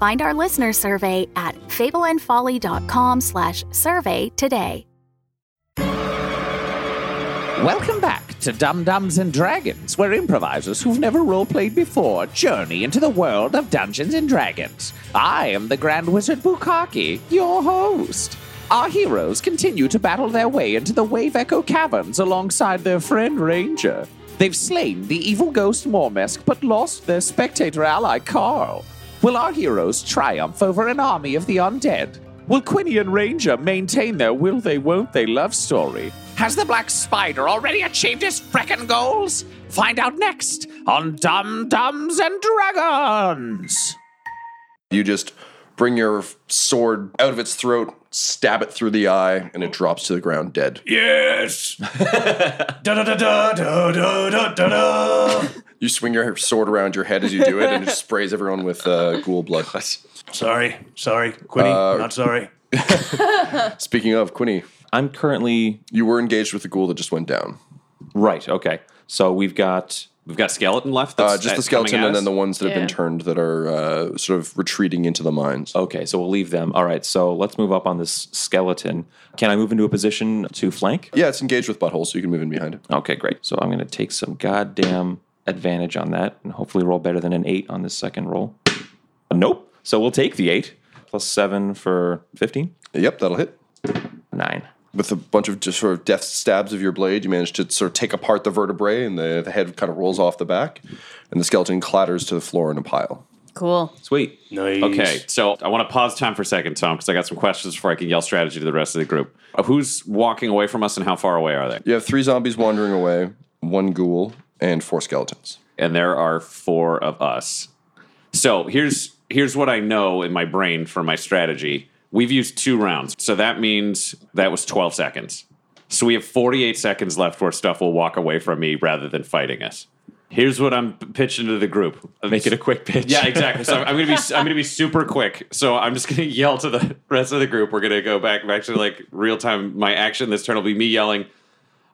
Find our listener survey at fableandfolly.com slash survey today. Welcome back to Dum Dums and Dragons, where improvisers who've never roleplayed before journey into the world of Dungeons and Dragons. I am the Grand Wizard Bukaki, your host. Our heroes continue to battle their way into the Wave Echo Caverns alongside their friend Ranger. They've slain the evil ghost Mormesk but lost their spectator ally Carl. Will our heroes triumph over an army of the undead? Will Quinny and Ranger maintain their will they won't they love story? Has the Black Spider already achieved his frickin' goals? Find out next on Dum Dums and Dragons! You just bring your sword out of its throat, stab it through the eye, and it drops to the ground dead. Yes. da da da da da da da da. da. You swing your sword around your head as you do it, and it just sprays everyone with uh, ghoul blood. Sorry, sorry, Quinny. Uh, not sorry. Speaking of Quinny, I'm currently you were engaged with the ghoul that just went down. right. Okay, so we've got we've got skeleton left. Uh, that's- just the that's coming skeleton, at and then us. the ones that have Yeah. been turned that are uh, sort of retreating into the mines. Okay, so we'll leave them. All right, so let's move up on this skeleton. Can I move into a position to flank? Yeah, it's engaged with butthole, so you can move in behind it. Okay, great. So I'm going to take some goddamn advantage on that and hopefully roll better than an eight on this second roll. Nope. So we'll take the eight plus seven for 15. Yep, that'll hit. Nine. With a bunch of just sort of death stabs of your blade, you manage to sort of take apart the vertebrae, and the, the head kind of rolls off the back, and the skeleton clatters to the floor in a pile. Cool. Sweet. Nice. Okay, so I want to pause time for a second, Tom, because I got some questions before I can yell strategy to the rest of the group. Uh, Who's walking away from us, and how far away are they? You have three zombies wandering away, one ghoul, and four skeletons. And there are four of us. So here's here's what I know in my brain for my strategy. We've used two rounds, so that means that was 12 seconds. So we have 48 seconds left where stuff will walk away from me rather than fighting us. Here's what I'm p- pitching to the group. Make it a quick pitch. Yeah, exactly. So I'm gonna be I'm gonna be super quick. So I'm just gonna yell to the rest of the group. We're gonna go back back to like real time. My action this turn will be me yelling.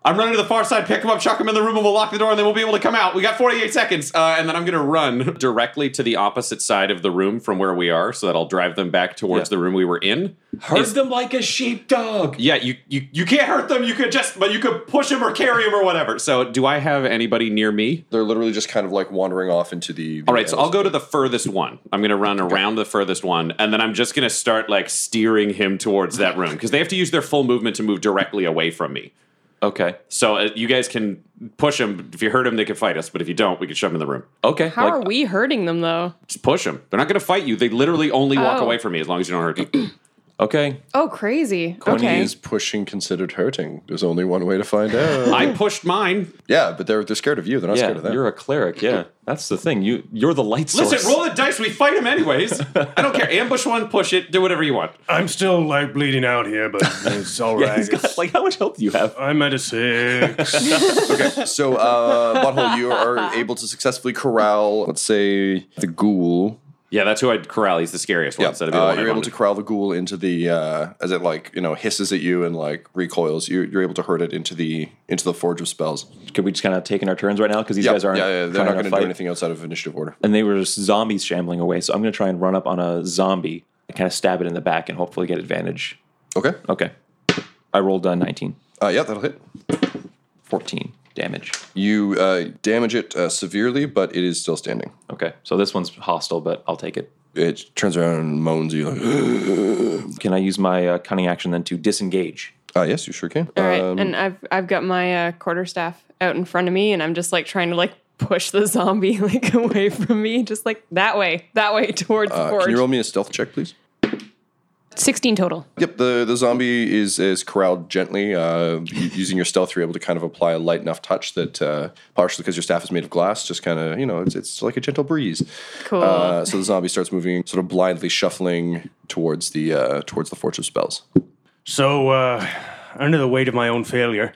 I'm running to the far side. Pick him up, chuck him in the room, and we'll lock the door, and then we'll be able to come out. We got 48 seconds, uh, and then I'm gonna run directly to the opposite side of the room from where we are, so that I'll drive them back towards the room we were in. Herd them like a sheepdog. Yeah, you, you you can't hurt them. You could just, but you could push him or carry him or whatever. So, do I have anybody near me? They're literally just kind of like wandering off into the. All right, so I'll go to the furthest one. I'm going to run around the furthest one, and then I'm just going to start like steering him towards that room because they have to use their full movement to move directly away from me. Okay. So uh, you guys can push him. If you hurt him, they can fight us. But if you don't, we can shove him in the room. Okay. How like- are we hurting them though? Just push him. They're not going to fight you. They literally only walk Oh. away from me as long as you don't hurt them. Okay. Oh, crazy. When okay. is pushing considered hurting? There's only one way to find out. I pushed mine. yeah, but they're they're scared of you. They're not Yeah, scared of them. you're a cleric. Yeah, that's the thing. You you're the light source. Listen, roll the dice. We fight him anyways. I don't care. Ambush one, push it, do whatever you want. I'm still like bleeding out here, but it's all Yeah, right. he's got, like how much health do you have? I'm at a six. okay, so uh, butthole, you are able to successfully corral, let's say, the ghoul. Yeah, that's who I'd corral. He's the scariest one. Yeah, So that'd be the uh, one I you're able wanted. to corral the ghoul into the uh, as it like you know hisses at you and like recoils. You're, you're able to hurt it into the into the forge of spells. Could we just kind of take in our turns right now because these Yeah, guys aren't. yeah, yeah, they're trying not to going to do fight. anything outside of initiative order. And they were just zombies shambling away. So I'm going to try and run up on a zombie and kind of stab it in the back and hopefully get advantage. Okay, Okay. I rolled a 19, uh, yeah, that'll hit. 14 damage. You uh, damage it uh, severely, but it is still standing. Okay. So this one's hostile, but I'll take it. it turns around and moans at you like, Can I use my uh, cunning action then to disengage? ah, yes, you sure can. All right, Um, and I've I've got my uh, quarterstaff out in front of me, and I'm just like trying to like push the zombie like away from me, just like that way, that way towards the uh, forge. can you roll me a stealth check, please? Sixteen total. Yep, the, the zombie is is corralled gently. Uh, u- using your stealth, you're able to kind of apply a light enough touch that, uh, partially because your staff is made of glass, just kind of you know it's it's like a gentle breeze. Cool. Uh, so the zombie starts moving, sort of blindly shuffling towards the uh, towards the fortress spells. So, uh, under the weight of my own failure,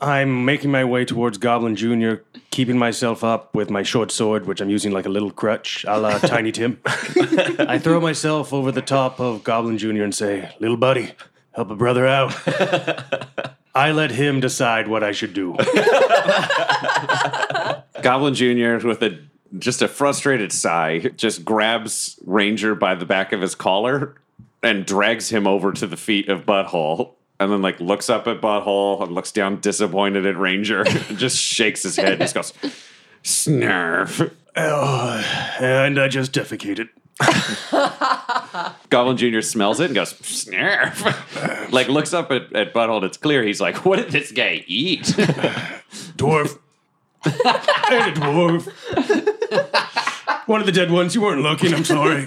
I'm making my way towards Goblin Jr., keeping myself up with my short sword, which I'm using like a little crutch, a la Tiny Tim. I throw myself over the top of Goblin Jr. and say, Little buddy, help a brother out. I let him decide what I should do. Goblin Jr. with a just a frustrated sigh just grabs Ranger by the back of his collar and drags him over to the feet of Butthole. And then like looks up at Butthole and looks down disappointed at Ranger and just shakes his head and just goes, Snarf. Oh, and I just defecated. Goblin Jr. smells it and goes, Snarf. like looks up at, at Butthole and it's clear he's like, What did this guy eat? Dwarf. and a dwarf. One of the dead ones. You weren't looking. I'm sorry.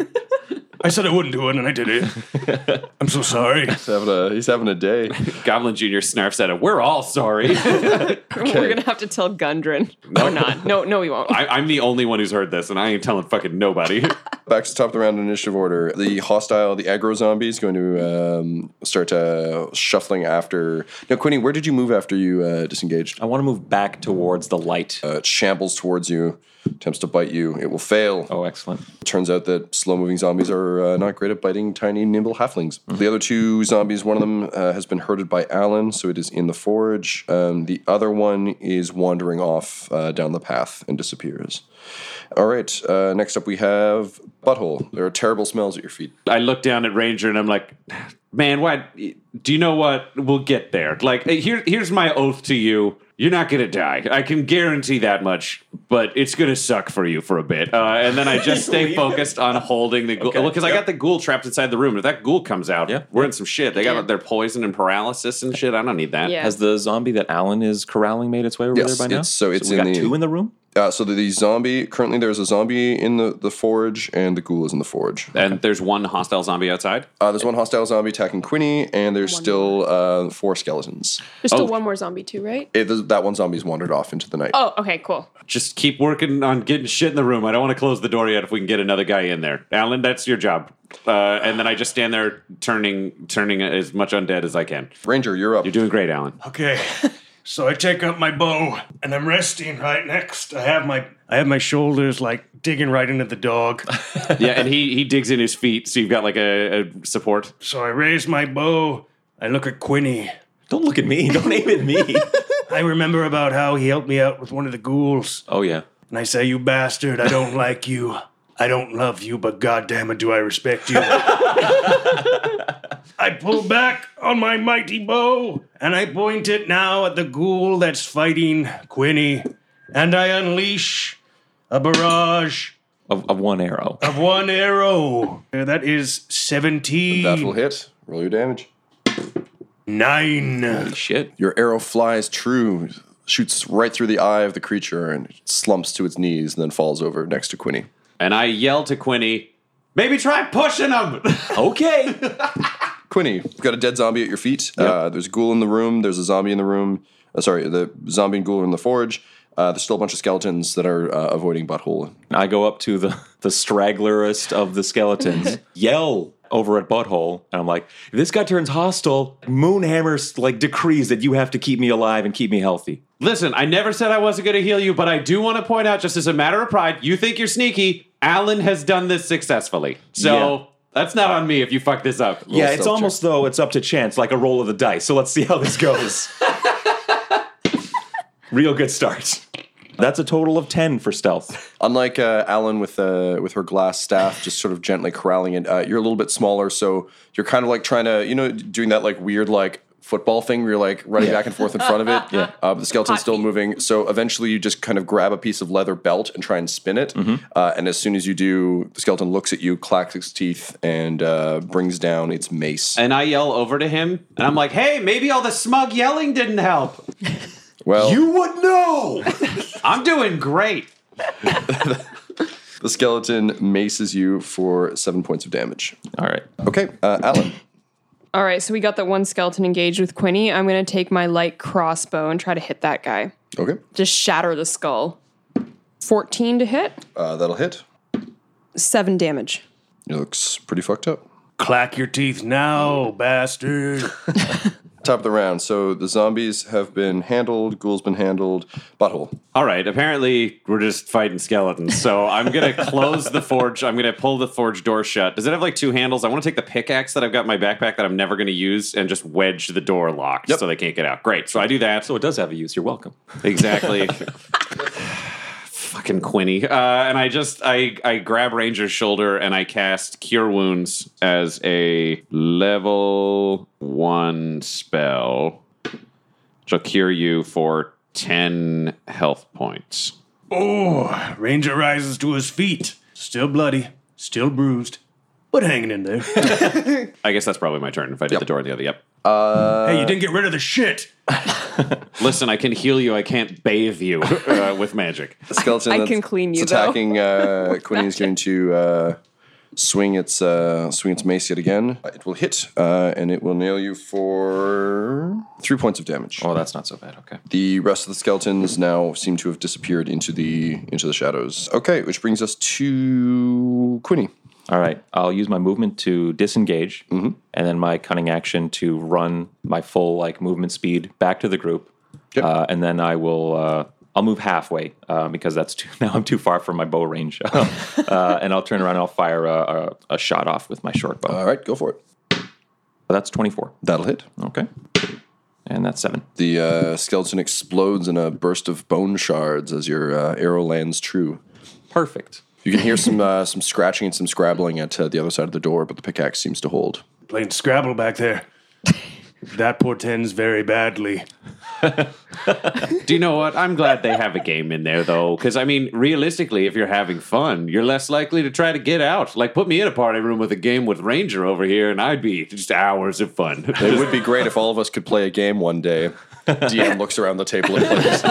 I said I wouldn't do it, and I did it. I'm so sorry. He's having a he's having a day. Goblin Jr. snarfs at him, We're all sorry. We're gonna have to tell Gundren. No, not. No, no, we won't. I, I'm the only one who's heard this and I ain't telling fucking nobody. Back to the top of the round in initiative order. The hostile, the aggro zombie is going to um, start uh, shuffling after. Now, Quinny, where did you move after you uh, disengaged? I want to move back towards the light. Uh, it shambles towards you, attempts to bite you. It will fail. oh, excellent. Turns out that slow moving zombies are uh, not great at biting tiny, nimble halflings. The other two zombies, one of them uh, has been herded by Alan, so it is in the forge. Um, the other one is wandering off uh, down the path and disappears. All right, uh, next up we have Butthole. There are terrible smells at your feet. I look down at Ranger and I'm like, man, why? Do you know what? We'll get there. Like, here, here's my oath to you. You're not gonna die. I can guarantee that much. But it's gonna suck for you for a bit. Uh, and then I just stay focused on holding the ghoul because I got the ghoul trapped inside the room. If that ghoul comes out, Yeah. we're in some shit. They got their poison and paralysis and shit. I don't need that. Yeah. Has the zombie that Alan is corralling made its way over Yes, there by now? it's- so it's we in got the- two in the room. Uh, so the, the zombie, currently there's a zombie in the, the forge, and the ghoul is in the forge. And there's one hostile zombie outside. Uh, there's one hostile zombie attacking Quinny, and there's still uh, four skeletons. There's still one more zombie too, right? It, that one zombie's wandered off into the night. Oh, okay, cool. Just keep working on getting shit in the room. I don't want to close the door yet if we can get another guy in there. Alan, that's your job. Uh, and then I just stand there turning turning as much undead as I can. Ranger, you're up. You're doing great, Alan. Okay. So I take up my bow and I'm resting right next. I have my I have my shoulders like digging right into the dog. Yeah, and he he digs in his feet, so you've got like a, a support. So I raise my bow. I look at Quinny. Don't look at me. Don't aim at me. I remember about how he helped me out with one of the ghouls. oh yeah. And I say, You bastard, I don't like you. I don't love you, but goddamn it, do I respect you. I pull back on my mighty bow and I point it now at the ghoul that's fighting Quinny. And I unleash a barrage Of, of one arrow. of one arrow. Uh, That is 17. That will hit. Roll your damage. Nine. Shit. Your arrow flies true, shoots right through the eye of the creature, and it slumps to its knees and then falls over next to Quinny. And I yell to Quinny, maybe try pushing him. Okay. Quinny, you've got a dead zombie at your feet. Uh, there's a ghoul in the room. There's a zombie in the room. Uh, sorry, the zombie and ghoul are in the forge. Uh, there's still a bunch of skeletons that are uh, avoiding Butthole. I go up to the, the stragglerest of the skeletons, yell over at Butthole, and I'm like, if this guy turns hostile, Moonhammer's like decrees that you have to keep me alive and keep me healthy. Listen, I never said I wasn't going to heal you, but I do want to point out, just as a matter of pride, you think you're sneaky. Alan has done this successfully, so Yeah. that's not on me if you fuck this up. yeah, stealth it's check. almost though it's up to chance, like a roll of the dice. So let's see how this goes. Real good start. That's a total of ten for stealth. Unlike uh, Alan with uh, with her glass staff, just sort of gently corralling it, uh, you're a little bit smaller, so you're kind of like trying to, you know, doing that like weird like football thing where you're like running back and forth in front of it. yeah. uh, but the skeleton's still moving. So eventually you just kind of grab a piece of leather belt and try and spin it. Uh, and as soon as you do, the skeleton looks at you, clacks its teeth, and uh, brings down its mace. And I yell over to him, and I'm like, "Hey, maybe all the smug yelling didn't help. well, would know. I'm doing great. the skeleton maces you for seven points of damage. All right. Okay, uh, Alan. All right, so we got that one skeleton engaged with Quinny. I'm going to take my light crossbow and try to hit that guy. Okay, Just shatter the skull. 14 to hit, uh, that'll hit. 7 damage. It looks pretty fucked up. Clack your teeth now, bastard. Top of the round. So the zombies have been handled. Ghoul's been handled. Butthole. All right. Apparently, we're just fighting skeletons. So I'm gonna close the forge. I'm gonna pull the forge door shut. Does it have like two handles? I want to take the pickaxe that I've got in my backpack that I'm never gonna use and just wedge the door locked so they can't get out. Great. So I do that. So it does have a use. You're welcome. Exactly. Fucking Quinny. Uh, and I just I I grab Ranger's shoulder and I cast Cure Wounds as a level one spell. Which will cure you for ten health points. oh, Ranger rises to his feet. Still bloody, still bruised, but hanging in there. Uh, I guess that's probably my turn if I did the door the other. Yep. hey, you didn't get rid of the shit. Listen, I can heal you. I can't bathe you uh, with magic. The skeleton. I that's- can clean you, it's though. attacking uh, Quinny is going to uh, swing its uh, swing its mace yet again. It will hit uh, and it will nail you for three points of damage. Oh, that's not so bad. Okay. The rest of the skeletons now seem to have disappeared into the into the shadows. Okay, which brings us to Quinny. All right. I'll use my movement to disengage, Mm-hmm. and then my cunning action to run my full like movement speed back to the group, Yep. uh, and then I will. Uh, I'll move halfway uh, because that's too, now I'm too far from my bow range, uh, and I'll turn around. and I'll fire a, a, a shot off with my short bow. Uh, All right, go for it. that's 24. That'll hit. Okay, and that's seven. The uh, skeleton explodes in a burst of bone shards as your uh, arrow lands true. Perfect. You can hear some uh, some scratching and some scrabbling at uh, the other side of the door, but the pickaxe seems to hold. Playing Scrabble back there. That portends very badly. Do you know what? I'm glad they have a game in there, though, because I mean, realistically, if you're having fun, you're less likely to try to get out. Like, put me in a party room with a game with Ranger over here, and I'd be just hours of fun. It would be great if all of us could play a game one day. DM looks around the table and plays.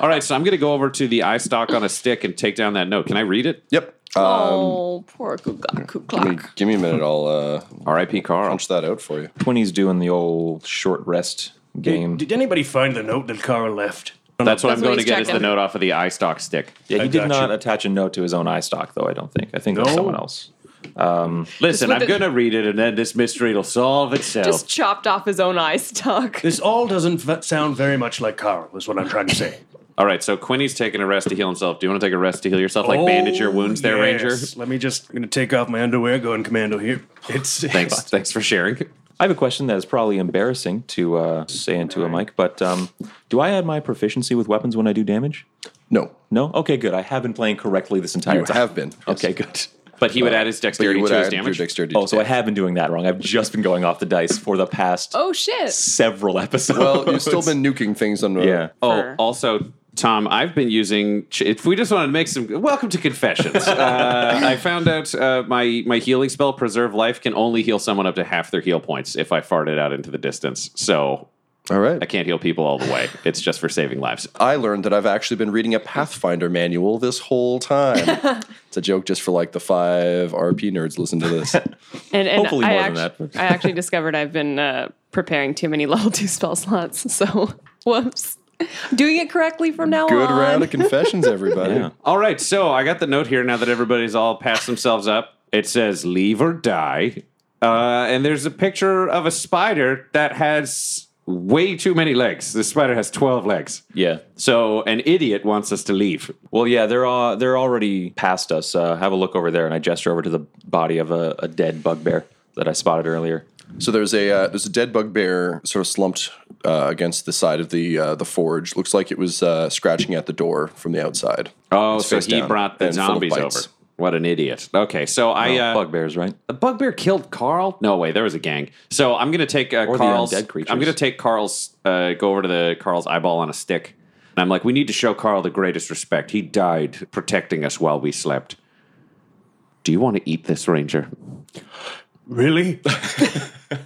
All right, so I'm going to go over to the eye stock on a stick and take down that note. Can I read it? Yep. Um, oh, poor Gugaku Give me, Clock. Uh, give me a minute. I'll uh, R.I.P. Carl. punch that out for you. Twenty's doing the old short rest game. Did anybody find the note that Carl left? That's what I'm That's what going to he's get is the checking. note off of the eye stock stick. yeah, I he did got not you. attach a note to his own eye stock, though. I don't think. I think that's No. someone else. Listen, whip I'm it. going to read it, and then this mystery will solve itself. Just chopped off his own eye stalk. This all doesn't f- sound very much like Carl, is what I'm trying to say. All right, so Quinny's taking a rest to heal himself. Do you want to take a rest to heal yourself? Like, bandage your Oh, wounds there, Ranger? yes. Let me just, I'm going to take off my underwear, go in commando here. It's, Thanks. Thanks for sharing. I have a question that is probably embarrassing to uh, say into a mic, but um, do I add my proficiency with weapons when I do damage? No, No. Okay, good. I have been playing correctly this entire you time. have been. Yes. Okay, good. But he would add his But dexterity you would to his add your damage. dexterity. Oh, to so I damage. have been doing that wrong. I've just been going off the dice for the past Oh, shit. several episodes. Well, you've still been uh, nuking things on. yeah. Oh, Sure. also, Tom, I've been using. If we just wanted to make some, welcome to confessions. uh, I found out uh, my my healing spell, Preserve Life, can only heal someone up to half their heal points if I farted out into the distance. So All right. I can't heal people all the way. It's just for saving lives. I learned that I've actually been reading a Pathfinder manual this whole time. it's a joke just for like the five RP nerds listen to this. And, and Hopefully I, more than actually, that. I actually discovered I've been uh, preparing too many level two spell slots. So, whoops. Doing it correctly from now Good on. round of confessions, everybody. Yeah. All right, so I got the note here now that everybody's all passed themselves up. It says leave or die. Uh, and there's a picture of a spider that has way too many legs. This spider has 12 legs. Yeah. So an idiot wants us to leave. Well, yeah, they're all, they're already past us. Uh, have a look over there, and I gesture over to the body of a, a dead bugbear that I spotted earlier. So there's a uh, there's a dead bugbear sort of slumped uh, against the side of the uh, the forge. Looks like it was uh, scratching at the door from the outside. Oh, It's so face he down brought the and full of zombies over. bites. What an idiot. Okay, so I uh, Bugbears, right? the bugbear killed Carl. No way, there was a gang. So I'm gonna take uh, Or the Carl's. undead creatures. I'm gonna take Carl's. Uh, go over to the Carl's eyeball on a stick, and I'm like, we need to show Carl the greatest respect. He died protecting us while we slept. Do you want to eat this, Ranger? Really?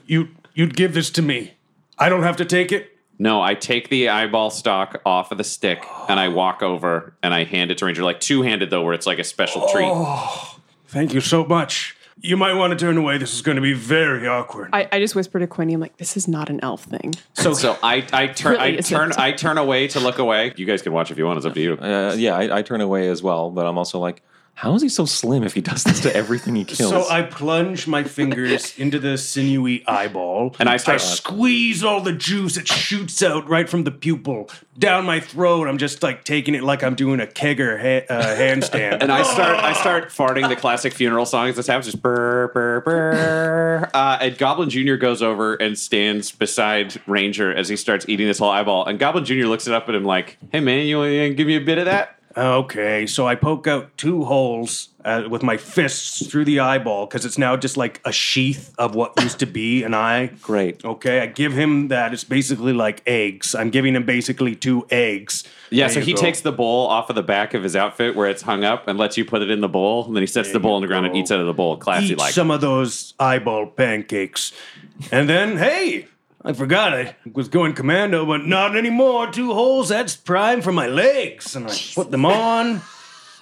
you you'd give this to me? I don't have to take it. No, I take the eyeball stock off of the stick and I walk over and I hand it to Ranger, like two handed though, where it's like a special Oh. treat. Thank you so much. You might want to turn away. This is going to be very awkward. I, I just whispered to Quinny, I'm like, this is not an elf thing. So, so I, I turn, Really I turn, isn't. I turn away to look away. You guys can watch if you want. It's up to you. Uh, yeah, I, I turn away as well, but I'm also like, how is he so slim if he does this to everything he kills? So I plunge my fingers into the sinewy eyeball, And I start- uh, squeeze all the juice that shoots out right from the pupil down my throat. I'm just like taking it like I'm doing a kegger ha- uh, handstand. And I start, I start farting the classic funeral songs. This happens just burr, burr, burr. Uh, and Goblin Junior goes over and stands beside Ranger as he starts eating this whole eyeball. And Goblin Junior looks it up at him like, "Hey man, you want to give me a bit of that?" okay, so I poke out two holes uh, with my fists through the eyeball because it's now just like a sheath of what used to be an eye. Great. Okay, I give him that. It's basically like eggs. I'm giving him basically two eggs. Yeah, There so you he go. takes the bowl off of the back of his outfit where it's hung up and lets you put it in the bowl, and then he sets the bowl on the ground and go. eats out of the bowl. Classy eat like. some of those eyeball pancakes. And then, hey, I forgot I was going commando, but not anymore. Two holes, that's prime for my legs. And I put them on.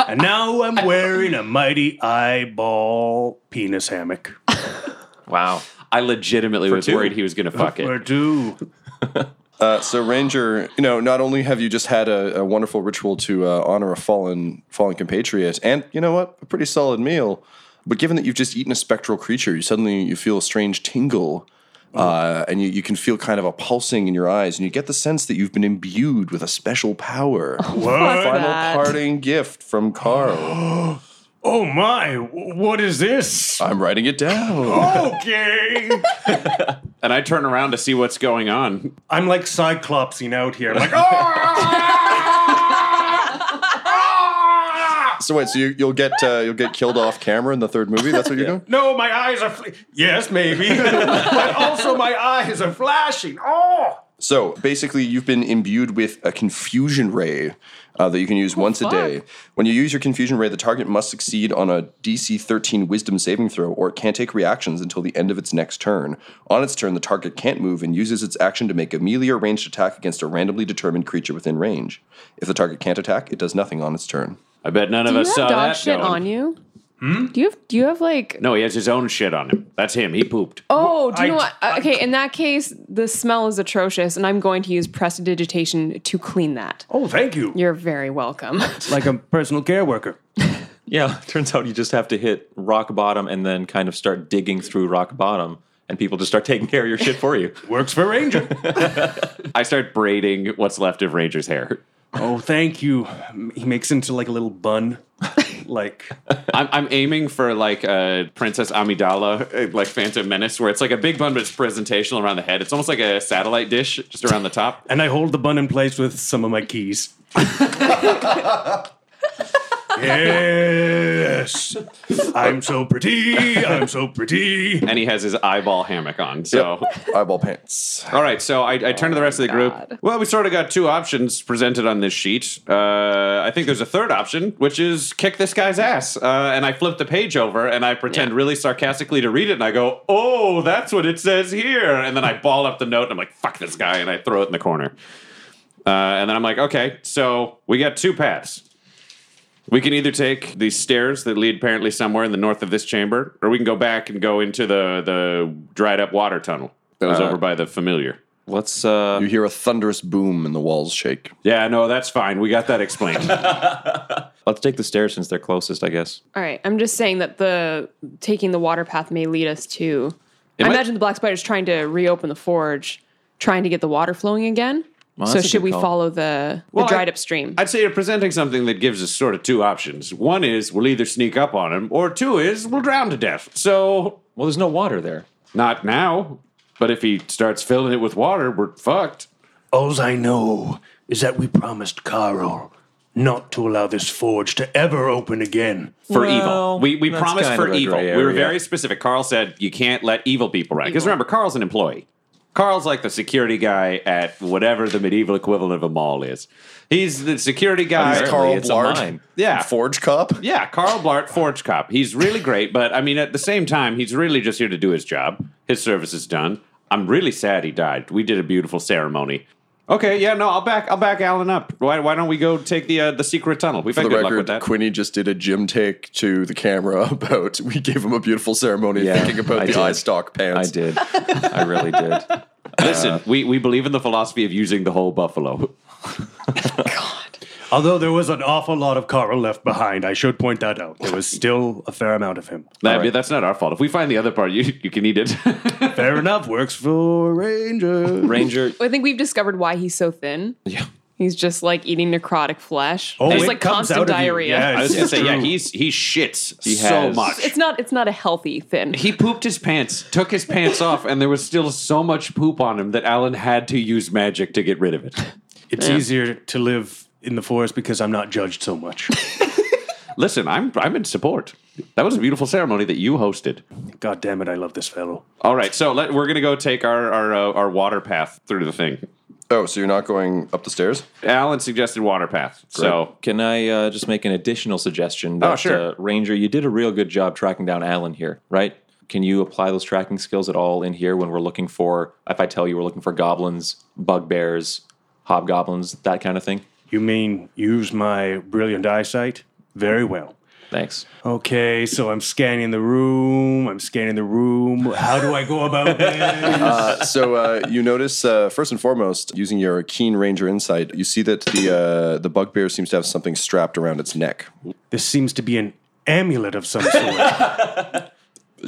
And now I'm wearing a mighty eyeball penis hammock. wow. I legitimately was two. worried he was going to fuck Or it. two. Uh, so Ranger, you know, not only have you just had a, a wonderful ritual to uh, honor a fallen fallen compatriot, and you know what, a pretty solid meal, but given that you've just eaten a spectral creature, you suddenly you feel a strange tingle, uh, and you, you can feel kind of a pulsing in your eyes, and you get the sense that you've been imbued with a special power. What? Final parting gift from Carl. Oh my, w- what is this? I'm writing it down. Okay. And I turn around to see what's going on. I'm like cyclopsing out here. I'm like, oh! so wait, so you, you'll get uh, you'll get killed off camera in the third movie. That's what you're doing. No, my eyes are. Fl- yes, maybe. but also, my eyes are flashing. Oh! So basically, you've been imbued with a confusion ray uh, that you can use once a day. When you use your confusion ray, the target must succeed on a DC 13 Wisdom saving throw, or it can't take reactions until the end of its next turn. On its turn, the target can't move and uses its action to make a melee or ranged attack against a randomly determined creature within range. If the target can't attack, it does nothing on its turn. I bet none Do of you us have saw dog that. shit going. on you? Do you have, do you have like, No, he has his own shit on him. That's him. He pooped. oh, do you I- know what? Uh, okay, in that case, the smell is atrocious and I'm going to use prestidigitation to clean that. Oh, thank you. You're very welcome. like a personal care worker. Yeah, turns out you just have to hit rock bottom and then kind of start digging through rock bottom, and people just start taking care of your shit for you. Works for Ranger. I start braiding what's left of Ranger's hair. oh, thank you. He makes into like a little bun. like I'm, I'm aiming for like uh, Princess Amidala, uh, like Phantom Menace, where it's like a big bun, but it's presentational around the head. It's almost like a satellite dish just around the top. and I hold the bun in place with some of my keys. yes. I'm so pretty. I'm so pretty. And he has his eyeball hammock on. So. Eyeball pants. All right, so I, I turn to the rest of the group. Well, we sort of got two options presented on this sheet. Uh, I think there's a third option, which is kick this guy's ass. Uh, and I flip the page over and I pretend really sarcastically to read it, and I go, "Oh, that's what it says here." And then I ball up the note, and I'm like, "Fuck this guy," and I throw it in the corner. Uh, and then I'm like, "Okay, so we got two paths." We can either take these stairs that lead apparently somewhere in the north of this chamber, or we can go back and go into the, the dried up water tunnel that was over by the familiar. Let's uh, You hear a thunderous boom and the walls shake. Yeah, no, that's fine. We got that explained. let's take the stairs since they're closest, I guess. All right. I'm just saying that the taking the water path may lead us to. I might- imagine the black spider's trying to reopen the forge, trying to get the water flowing again. that's so a should good we call. follow the, Well, I- the dried up stream? I'd say you're presenting something that gives us sort of two options. One is we'll either sneak up on him, or two is we'll drown to death. So, Well, there's no water there. not now, but if he starts filling it with water, we're fucked. All I know is that we promised Carl not to allow this forge to ever open again. for Well, evil. We we that's promised kind for of a evil. gray We were area. very specific. Carl said you can't let evil people run because Evil. remember Carl's an employee. Carl's like the security guy at whatever the medieval equivalent of a mall is. He's the security guy. Apparently Carl it's a Blart. mine. Yeah. Forge Cop. Yeah, Carl Blart, Forge Cop. He's really great, but I mean, at the same time, he's really just here to do his job. His service is done. I'm really sad he died. We did a beautiful ceremony. Okay, yeah, no, I'll back, I'll back Alan up. Why, why don't we go take the uh, the secret tunnel? We've For had the good luck with record, that. Quinny just did a gym take to the camera about we gave him a beautiful ceremony Yeah, thinking about I the did. eye stock I pants. did. I really did. Listen, Uh, we, we believe in the philosophy of using the whole buffalo. Although there was an awful lot of Carl left behind, I should point that out. There was still a fair amount of him. I mean, That's not our fault. If we find the other part, you, you can eat it. Fair enough, works for Ranger. Ranger. I think we've discovered why he's so thin. Yeah. He's just like eating necrotic flesh. Oh, There's it like comes out constant of you. diarrhea. Yeah, I was gonna say, yeah, True. he's he shits He so has. much. It's not it's not a healthy thin. he pooped his pants, took his pants off, and there was still so much poop on him that Alan had to use magic to get rid of it. It's easier to live in the forest because I'm not judged so much. Listen, I'm I'm in support. That was a beautiful ceremony that you hosted. God damn it, I love this fellow. All right, so let, we're gonna go take our our, uh, our water path through the thing. Oh, so you're not going up the stairs? Alan suggested water path, so Can I uh, just make an additional suggestion? Oh, That, sure. Uh, Ranger, you did a real good job tracking down Alan here, right? Can you apply those tracking skills at all in here when we're looking for, if I tell you we're looking for goblins, bugbears, hobgoblins, that kind of thing? You mean use my brilliant eyesight? Very well. Thanks. Okay, so I'm scanning the room. I'm scanning the room. How do I go about this? Uh, so uh, you notice uh, first and foremost, using your keen ranger insight, you see that the uh, the bugbear seems to have something strapped around its neck. this seems to be an amulet of some sort.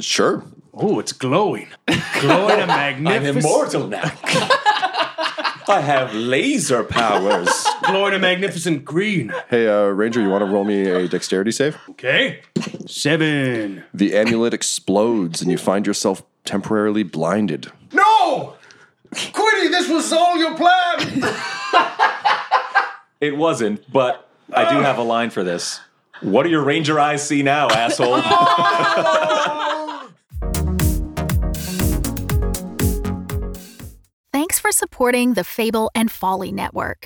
Sure. oh, it's glowing. Glowing and magnificent. now. I have laser powers. glowing a magnificent green. Hey, uh, ranger, you want to roll me a dexterity save? Okay. Seven. The amulet explodes, and you find yourself temporarily blinded. no, Quitty, this was all your plan. It wasn't, but I do have a line for this. What do your ranger eyes see now, asshole? Thanks for supporting the Fable and Folly Network.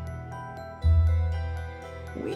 We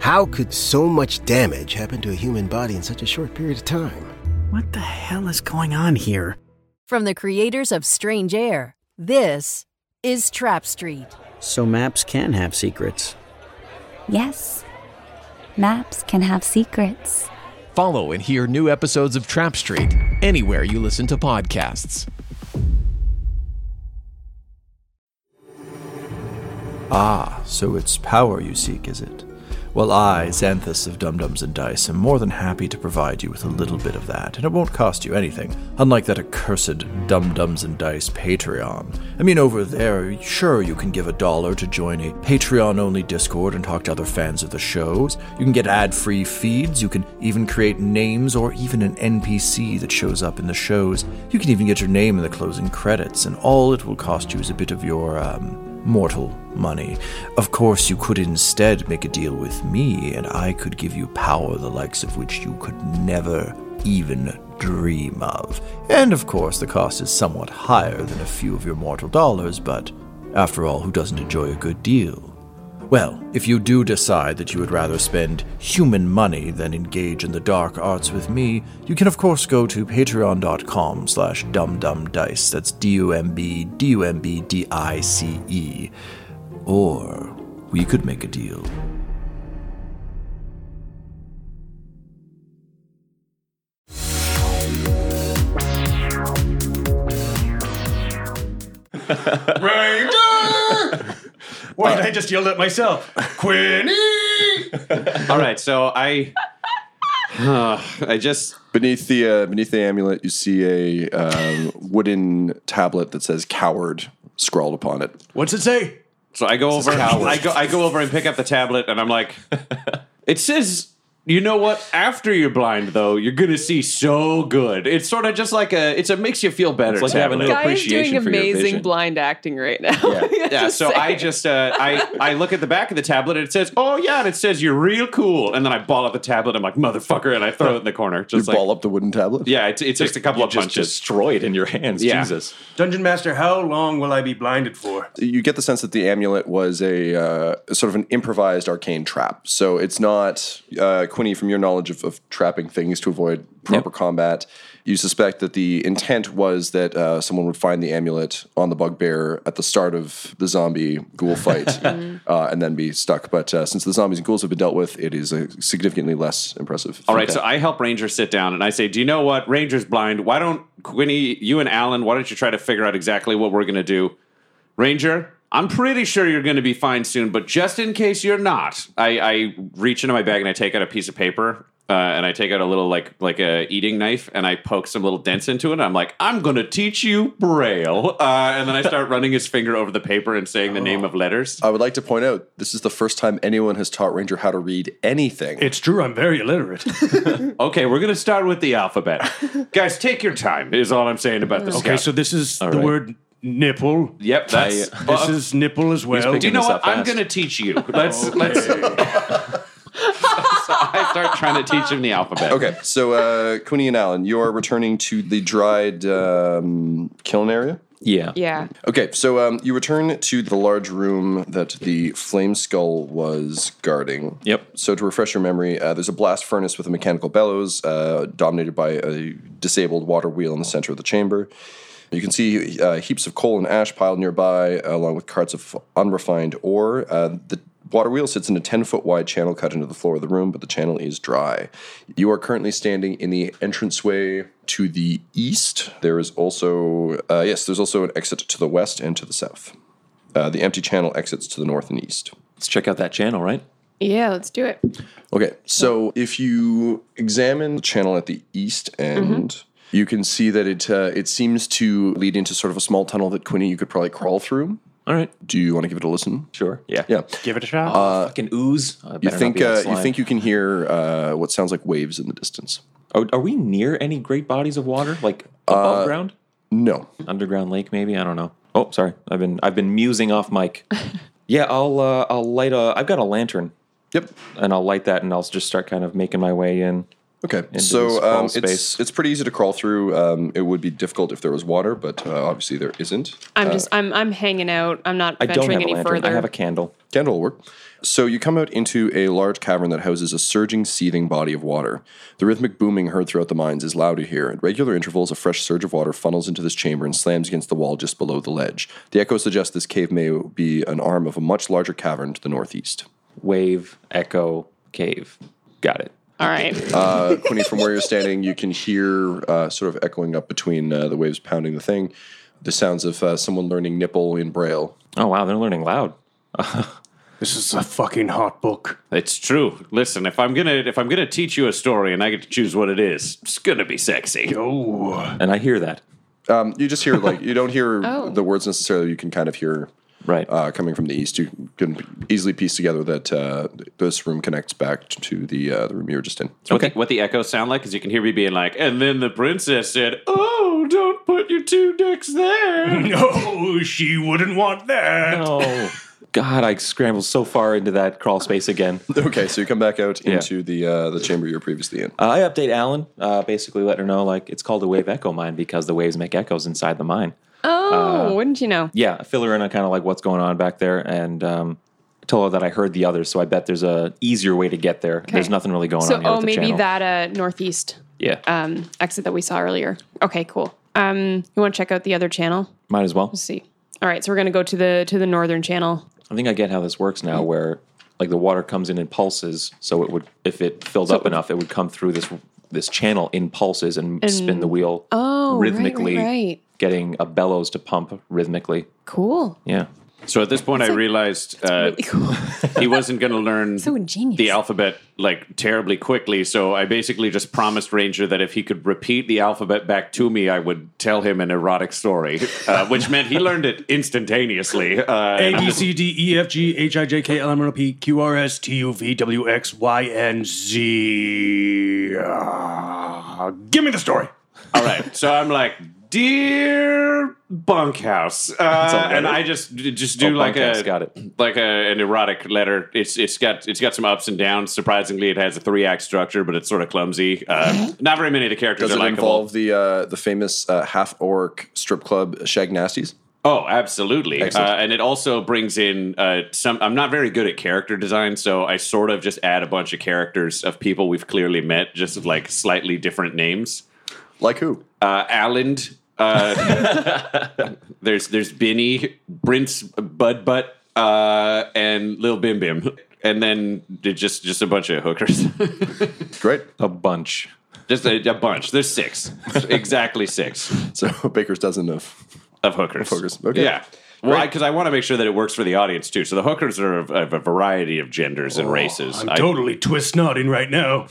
How could so much damage happen to a human body in such a short period of time? What the hell is going on here? From the creators of Strange Air, this is Trap Street. So maps can have secrets. Yes. Maps can have secrets. Follow and hear new episodes of Trap Street anywhere you listen to podcasts. Ah, so it's power you seek, is it? Well, I, Xanthus of Dum Dums and Dice, am more than happy to provide you with a little bit of that, and it won't cost you anything, unlike that accursed Dum Dums and Dice Patreon. I mean, over there, sure, you can give a dollar to join a Patreon only Discord and talk to other fans of the shows. You can get ad free feeds, you can even create names or even an NPC that shows up in the shows. You can even get your name in the closing credits, and all it will cost you is a bit of your, um, mortal money. Of course, you could instead make a deal with me, and I could give you power the likes of which you could never even dream of. And of course, the cost is somewhat higher than a few of your mortal dollars, but after all, who doesn't enjoy a good deal? Well, if you do decide that you would rather spend human money than engage in the dark arts with me, you can of course go to patreon.com slash dumdumdice. That's D-U-M-B-D-U-M-B-D-I-C-E. E. Or we could make a deal. Ranger! Why did I just yelled at myself? Quinny! All right, so I. uh, I just beneath the uh, beneath the amulet, you see a um, wooden tablet that says "coward" scrawled upon it. What's it say? So I go This is over. coward. I go. I go over and pick up the tablet, and I'm like, "It says, you know what? After you're blind, though, you're gonna see so good. It's sort of just like a. It's a makes you feel better. It's like having a tablet. little Guy is doing amazing blind acting right now. Yeah, so I just uh, I I look at the back of the tablet and it says, "Oh yeah," and it says, "You're real cool." And then I ball up the tablet. I'm like, "Motherfucker!" And I throw it in the corner. Just you like, ball up the wooden tablet. yeah, it, it takes a couple of punches. Destroyed in your hands, Yeah. Jesus. Dungeon Master, how long will I be blinded for? You get the sense that the amulet was a uh, sort of an improvised arcane trap. So it's not uh, Quinny, from your knowledge of, of trapping things to avoid proper combat. You suspect that the intent was that uh, someone would find the amulet on the bugbear at the start of the zombie ghoul fight, Mm-hmm. uh, and then be stuck. But uh, since the zombies and ghouls have been dealt with, it is uh, significantly less impressive. All right, so I help Ranger sit down and I say, Do you know what? Ranger's blind. Why don't Quinny, you and Alan, why don't you try to figure out exactly what we're going to do? Ranger, I'm pretty sure you're going to be fine soon, but just in case you're not, I, I reach into my bag and I take out a piece of paper. Uh, and I take out a little like like a eating knife and I poke some little dents into it. And I'm like, I'm gonna teach you braille. Uh, and then I start running his finger over the paper and saying the name of letters. Oh. I would like to point out this is the first time anyone has taught Ranger how to read anything. It's true, I'm very illiterate. Okay, we're gonna start with the alphabet, guys. Take your time. Is all I'm saying about this. Okay, so this is the word nipple. Yep, that's- I- well, this is nipple as well. Do you know what? I'm going to teach you. Let's let's. So I start trying to teach him the alphabet. Okay, so uh, Cooney and Allen, you are returning to the dried um, kiln area. Yeah. Yeah. Okay, so um, you return to the large room that the flame skull was guarding. Yep. So to refresh your memory, uh, there's a blast furnace with a mechanical bellows, uh, dominated by a disabled water wheel in the center of the chamber. You can see uh, heaps of coal and ash piled nearby, along with carts of unrefined ore. Uh, the water wheel sits in a 10 foot wide channel cut into the floor of the room, but the channel is dry. You are currently standing in the entranceway to the east. There is also, uh, yes, there's also an exit to the west and to the south. Uh, the empty channel exits to the north and east. Let's check out that channel, right? Yeah, let's do it. Okay, so if you examine the channel at the east end, you can see that it uh, it seems to lead into sort of a small tunnel that Quinny you could probably crawl through. All right. Do you want to give it a listen? Sure. Yeah. Yeah. Give it a shot. Uh, fucking ooze. I better you not think be on uh, you slide. think you can hear uh, what sounds like waves in the distance? Are, are we near any great bodies of water, like above Uh, ground? No, underground lake, maybe. I don't know. Oh, sorry, I've been I've been musing off mic. yeah, I'll uh, I'll light a. I've got a lantern. Yep. And I'll light that, and I'll just start kind of making my way in. Okay. Into this so crawl um, space. it's it's pretty easy to crawl through. Um, it would be difficult if there was water, but uh, obviously there isn't. I'm Uh, just I'm I'm hanging out. I'm not I don't have venturing a any lantern. I further. have a candle. Candle will work. So you come out into a large cavern that houses a surging, seething body of water. The rhythmic booming heard throughout the mines is loud to hear. At regular intervals, a fresh surge of water funnels into this chamber and slams against the wall just below the ledge. The echo suggests this cave may be an arm of a much larger cavern to the northeast. Wave, echo, cave. Got it. All right. Uh, Quinny, from where you're standing, you can hear uh, sort of echoing up between uh, the waves pounding the thing, the sounds of uh, someone learning nipple in braille. Oh wow, they're learning loud. this is a fucking hot book. It's true. Listen, if I'm gonna if I'm gonna teach you a story and I get to choose what it is, it's gonna be sexy. Oh. And I hear that. Um, you just hear like you don't hear Oh. the words necessarily. You can kind of hear right uh, coming from the east. You can easily piece together that uh, this room connects back to the uh, the room you were just in. Okay. What the, what the echoes sound like is you can hear me being like, and then the princess said, "Oh, don't put your two dicks there." No, she wouldn't want that. No. God, I scrambled so far into that crawl space again. Okay, so you come back out Yeah. into the uh, the chamber you were previously in. Uh, I update Alan, uh, basically let her know like it's called a wave echo mine because the waves make echoes inside the mine. oh, Uh, wouldn't you know? Yeah, I fill her in on kind of like what's going on back there, and um, told her that I heard the others, so I bet there's a easier way to get there. There's nothing really going so, on. Here oh, with the maybe channel. that uh, northeast Yeah, um, exit that we saw earlier. Okay, cool. Um, you want to check out the other channel? might as well. Let's see. All right, so we're gonna go to the to the northern channel. I think I get how this works now, where like the water comes in in pulses. So it would, if it filled up enough, it would come through this this channel in pulses and, And- spin the wheel Oh, right, right, rhythmically, right. getting a bellows to pump rhythmically. Cool. Yeah. So at this point, I realized uh, he wasn't going to learn So ingenious. the alphabet like terribly quickly. So I basically just promised Ranger that if he could repeat the alphabet back to me, I would tell him an erotic story, uh, which meant he learned it instantaneously. Uh, A B C D E F G H I J K L M N O P Q R S T U V W X Y N Z. Ah, Give me the story. All right. So I'm like, dear bunkhouse, uh, That's all right. and I just just do Oh, like a Bunkhouse, got it. like a, an erotic letter. It's it's got it's got some ups and downs. Surprisingly, it has a three act structure, but it's sort of clumsy. Uh, Mm-hmm. not very many of the characters Does are it likable. involve the uh, the famous uh, half orc strip club Shag Nasties? Oh, absolutely. Uh, Excellent. and it also brings in uh, some. I'm not very good at character design, so I sort of just add a bunch of characters of people we've clearly met, just with, like slightly different names. Like who? Uh, Alland. Uh, there's there's Binny, Brince, Bud Butt, uh, and Lil Bim Bim, and then it just just a bunch of hookers. Great, a bunch. Just a, a bunch. There's six, exactly six. So Baker's dozen of of hookers. hookers. Okay. Yeah. Well, because I, want to make sure that it works for the audience too. So the hookers are of, of a variety of genders and races. I'm I- totally twist nodding right now.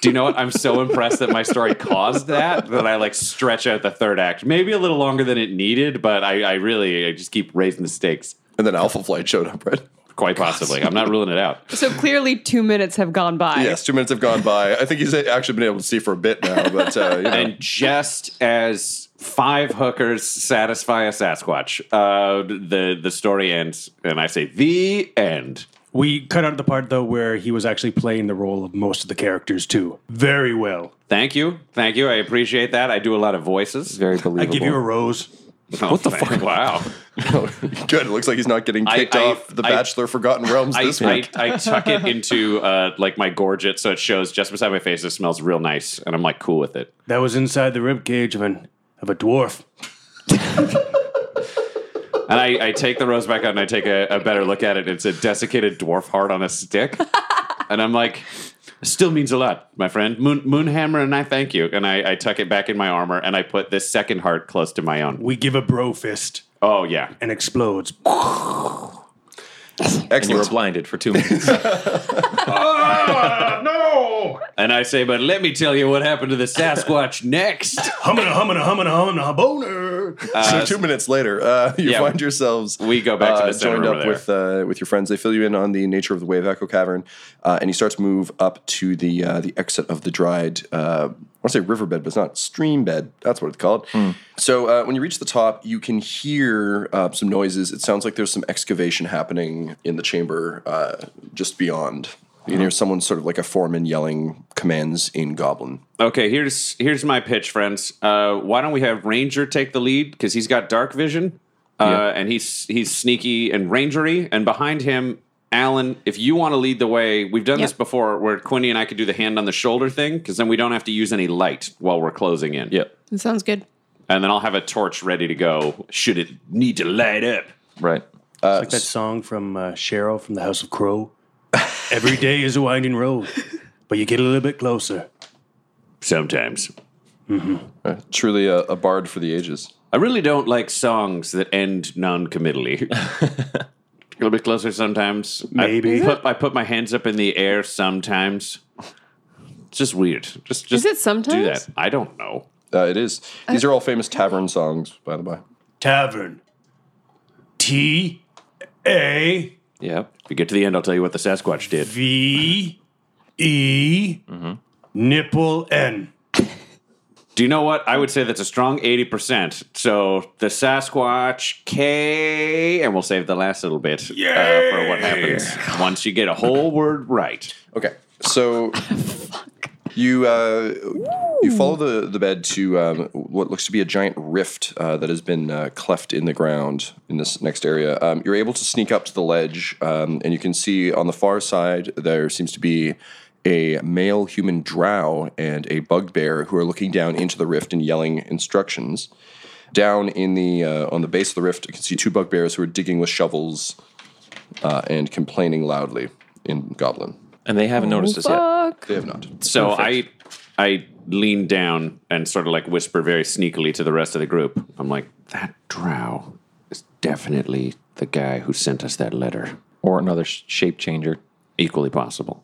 do you know what? I'm so impressed that my story caused that that I like stretch out the third act, maybe a little longer than it needed, but I, I really I just keep raising the stakes. And then Alpha Flight showed up, right? Quite possibly. I'm not ruling it out. So clearly, two minutes have gone by. Yes, two minutes have gone by. I think he's actually been able to see for a bit now, but uh, you know. And just as five hookers satisfy a Sasquatch, uh, the the story ends, and I say the end. We cut out the part though where he was actually playing the role of most of the characters too. Very well. Thank you, thank you. I appreciate that. I do a lot of voices. Very I give you a rose. what the fuck? Oh, Wow. Good. It looks like he's not getting I- kicked I- off the I- Bachelor Forgotten Realms I, this I, week. I tuck it into uh, like my gorget so it shows just beside my face. It smells real nice, and I'm like cool with it. That was inside the rib cage of an of a dwarf. And I, I take the rose back out and I take a, a better look at it. It's a desiccated dwarf heart on a stick, and I'm like, still means a lot, my friend. Moon, Moonhammer, and I thank you. And I, I tuck it back in my armor and I put this second heart close to my own. We give a bro fist Oh yeah, and explodes. And you were blinded for two minutes. no! and I say, but let me tell you what happened to the Sasquatch next. Humming a humming a humming a humming a boner. so two minutes later, uh, you yeah. find yourselves We go back to the uh, center joined over up there. with uh, with your friends. They fill you in on the nature of the wave echo cavern, uh, and you start to move up to the uh, the exit of the dried. Uh, I want to say riverbed, but it's not stream bed. That's what it's called. Hmm. So uh, when you reach the top, you can hear uh, some noises. It sounds like there's some excavation happening in the chamber uh, just beyond. You can hear someone sort of like a foreman yelling commands in Goblin. Okay, here's here's my pitch, friends. Uh, why don't we have Ranger take the lead because he's got dark vision, uh, and he's he's sneaky and rangery, and behind him, Alan. If you want to lead the way, we've done this before, where Quinny and I could do the hand on the shoulder thing, because then we don't have to use any light while we're closing in. Yep. That sounds good. And then I'll have a torch ready to go should it need to light up. Right. it's like that song from uh, Cheryl from the House of Crow. Every day is a winding road, but you get a little bit closer. Sometimes. Uh, truly a, a bard for the ages. I really don't like songs that end non-committally. a little bit closer sometimes. Maybe. I put, I put my hands up in the air sometimes. It's just weird. Just, just Is it sometimes? Do that. I don't know. Uh, it is. These are all famous tavern songs, by the by. Tavern. T A Yeah. If you get to the end, I'll tell you what the Sasquatch did. V E nipple N. Do you know what? I would say that's a strong 80%. So the Sasquatch K, and we'll save the last little bit uh, for what happens once you get a whole word right. Okay, so You uh, you follow the, the bed to um, what looks to be a giant rift uh, that has been uh, cleft in the ground in this next area. Um, you're able to sneak up to the ledge, um, and you can see on the far side there seems to be a male human drow and a bugbear who are looking down into the rift and yelling instructions. Down in the uh, on the base of the rift, you can see two bugbears who are digging with shovels uh, and complaining loudly in Goblin. And they Oh, haven't noticed us yet. They have not. So I I lean down and sort of like whisper very sneakily to the rest of the group. I'm like, that drow is definitely the guy who sent us that letter. Or another shape changer. Equally possible.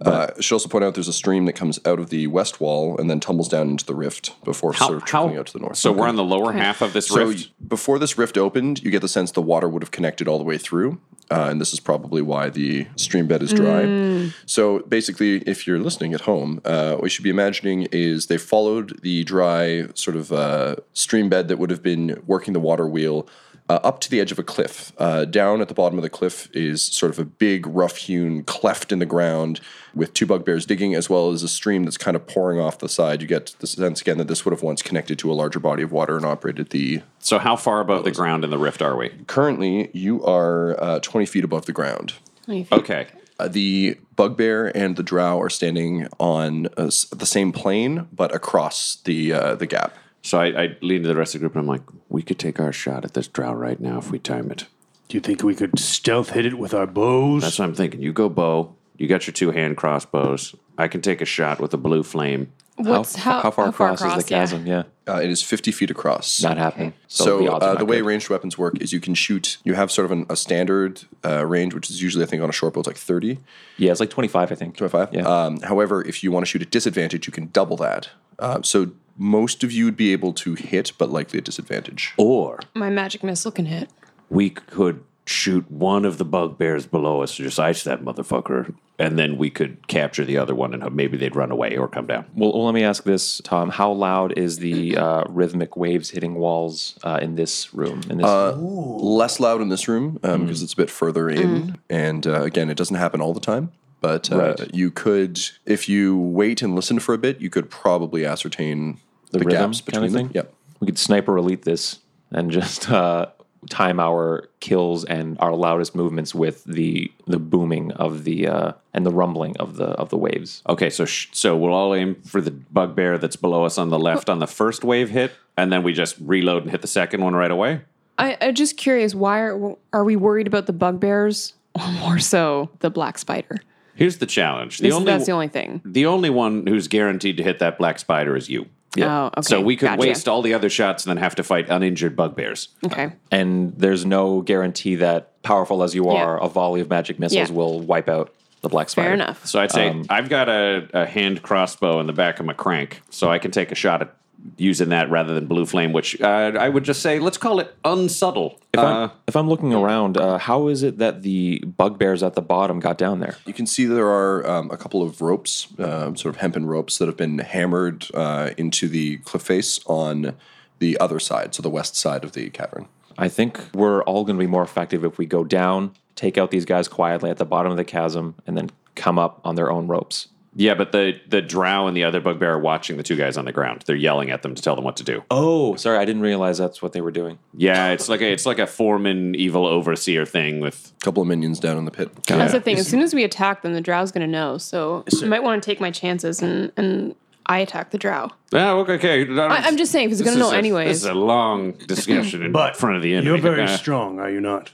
Uh, I should also point out there's a stream that comes out of the west wall and then tumbles down into the rift before sort of trickling out to the north. So we're on the lower Okay. half of this So rift? y- before this rift opened, you get the sense the water would have connected all the way through, uh, and this is probably why the stream bed is dry. Mm. So basically, if you're listening at home, uh, what you should be imagining is they followed the dry sort of uh, stream bed that would have been working the water wheel uh, up to the edge of a cliff. Uh, down at the bottom of the cliff is sort of a big, rough hewn cleft in the ground with two bugbears digging, as well as a stream that's kind of pouring off the side. You get the sense again that this would have once connected to a larger body of water and operated the. So how far Oh, above the ground in the rift are we? Currently, you are uh, 20 feet above the ground. Okay. Uh, the bugbear and the drow are standing on uh, s- the same plane, but across the uh, the gap. So I, I lean to the rest of the group and I'm like, we could take our shot at this drow right now if we time it. Do you think we could stealth hit it with our bows? That's what I'm thinking. You go bow. You got your two hand crossbows. I can take a shot with a blue flame. What's- How- how- how far how far across is the across, yeah. chasm? Yeah, uh, it is fifty feet across. Not happening. So So, the odds are uh, not the way good. ranged weapons work is you can shoot. You have sort of an, a standard uh, range, which is usually I think on a short bow it's like thirty. Yeah, it's like twenty five. I think twenty five. Yeah. Um, however, if you want to shoot at disadvantage, you can double that. Uh, so most of you would be able to hit, but likely at disadvantage. Or My magic missile can hit. we could shoot one of the bugbears below us, just ice that motherfucker, and then we could capture the other one, and ho- maybe they'd run away or come down. Well, well, let me ask this, Tom. How loud is the uh, rhythmic waves hitting walls uh, in this room? In this Uh, less loud in this room because Mm. it's a bit further in, and uh, again, it doesn't happen all the time. But uh, Right. you could, if you wait and listen for a bit, you could probably ascertain the, rhythm gaps kind between of them. thing? Yep. We could sniper elite this and just uh, time our kills and our loudest movements with the the booming of the uh, and the rumbling of the of the waves. Okay, so sh- so we'll all aim for the bugbear that's below us on the left on the first wave hit, and then we just reload and hit the second one right away. I, I'm just curious, why are, are we worried about the bugbears or more so the black spider? Here's the challenge: the This- only that's the only thing. the only one who's guaranteed to hit that black spider is you. Yeah. Oh, okay, So we could gotcha. waste all the other shots and then have to fight uninjured bugbears. Okay. And there's no guarantee that powerful as you Yeah. are, a volley of magic missiles Yeah. will wipe out the black spider. So I'd say Um, I've got a, a hand crossbow in the back of my crank, so I can take a shot at using that rather than blue flame, which uh, I would just say let's call it unsubtle. if, Uh, I'm, if I'm looking around, uh, how is it that the bugbears at the bottom got down there? You can see there are um, a couple of ropes, um, sort of hempen ropes, that have been hammered uh, into the cliff face on the other side, so the west side of the cavern. I think we're all going to be more effective if we go down, take out these guys quietly at the bottom of the chasm, and then come up on their own ropes. yeah, but the the drow and the other bugbear are watching the two guys on the ground. They're yelling at them to tell them what to do. Oh, sorry, I didn't realize that's what they were doing. Yeah, it's like a it's like a foreman evil overseer thing with a couple of minions down in the pit. That's the thing. As soon as we attack them, the drow's going to know. So you might want to take my chances and, and I attack the drow. Yeah, "Oh, okay, okay. I, I'm just saying, if it's going to know anyways. This is a long discussion in But front of the enemy. You're very Uh, strong, are you not?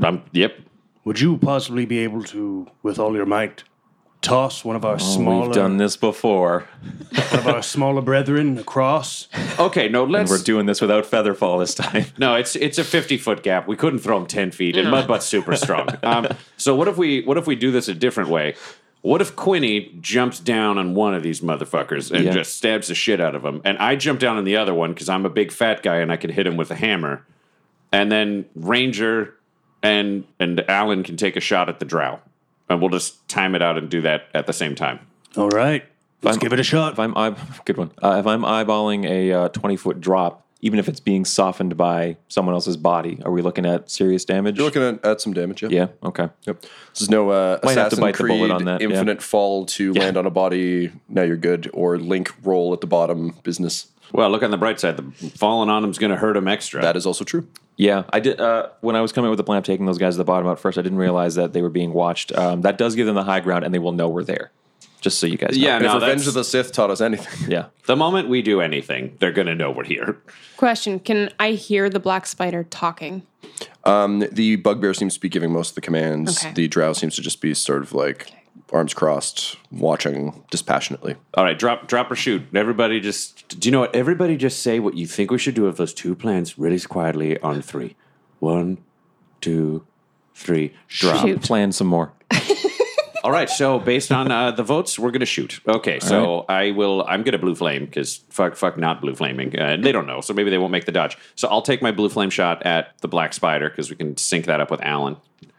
I'm, yep. Would you possibly be able to, with all your might, toss one of our Oh, smaller We've done this before. one of our smaller brethren across? Okay, no, let's. and we're doing this without Featherfall this time. No, it's it's a fifty foot gap. We couldn't throw him ten feet, and No. Mm. Mudbutt's super strong. Um, so what if we what if we do this a different way? What if Quinny jumps down on one of these motherfuckers and Yeah. just stabs the shit out of him, and I jump down on the other one because I'm a big fat guy and I can hit him with a hammer, and then Ranger and and Alan can take a shot at the Drow, and we'll just time it out and do that at the same time. All right. Let's give it a shot. If I'm eye- good one, uh, if I'm eyeballing a uh, twenty foot drop, even if it's being softened by someone else's body? Are we looking at serious damage? You're looking at, some damage, yeah. Yeah, okay. Yep. This is no uh, Might have to Assassin bite the Creed, bullet on that, yeah. Infinite Fall to land on a body. Now you're good. Or Link roll at the bottom business. Well, look on the bright side. The falling on him's going to hurt him extra. That is also true. Yeah, I did. Uh, when I was coming up with the plan of taking those guys to the bottom out first, I didn't realize that they were being watched. Um, that does give them the high ground, and they will know we're there. Just so you guys. know. Yeah, no, if Revenge that's- of the Sith taught us anything. Yeah. The moment we do anything, they're going to know we're here. Question Can I hear the black spider talking? Um, the bugbear seems to be giving most of the commands. Okay. The drow seems to just be sort of like arms crossed, watching dispassionately. All right, drop, drop or shoot. Everybody just. Do you know what? Everybody just say what you think we should do of those two plans really quietly on three. One, two, three. Drop. Shoot. Plan some more. All right, so based on uh, the votes, we're going to shoot. Okay, so I will. I'm going to blue flame because fuck, fuck, not blue flaming. Uh, they don't know, so maybe they won't make the dodge. So I'll take my blue flame shot at the black spider because we can sync that up with Alan.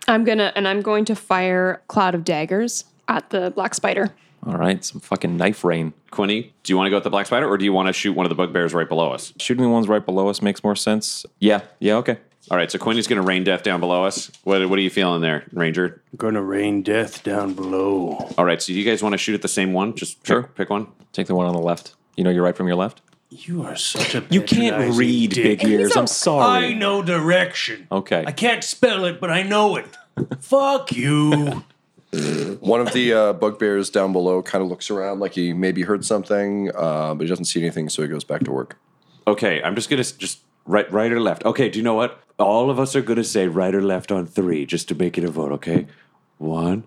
I'm going to, and I'm going to fire Cloud of Daggers at the black spider. All right, some fucking knife rain. Quinny, do you want to go with the black spider, or do you want to shoot one of the bugbears right below us? Shooting the ones right below us makes more sense. Yeah, yeah, okay. All right, so Quinny's going to rain death down below us. What, what are you feeling there, Ranger? Gonna rain death down below. All right, so do you guys want to shoot at the same one? Just sure. pick, pick one. Take the one on the left. You know your right from your left. You are such a You can't patronizing read, dick. big ears. I'm sorry. Oh. I know direction. Okay. I can't spell it, but I know it. Fuck you. One of the uh, bugbears down below kind of looks around like he maybe heard something, uh, but he doesn't see anything, so he goes back to work. Okay, I'm just going to just right, right or left. Okay, do you know what? All of us are going to say right or left on three just to make it a vote. Okay, one,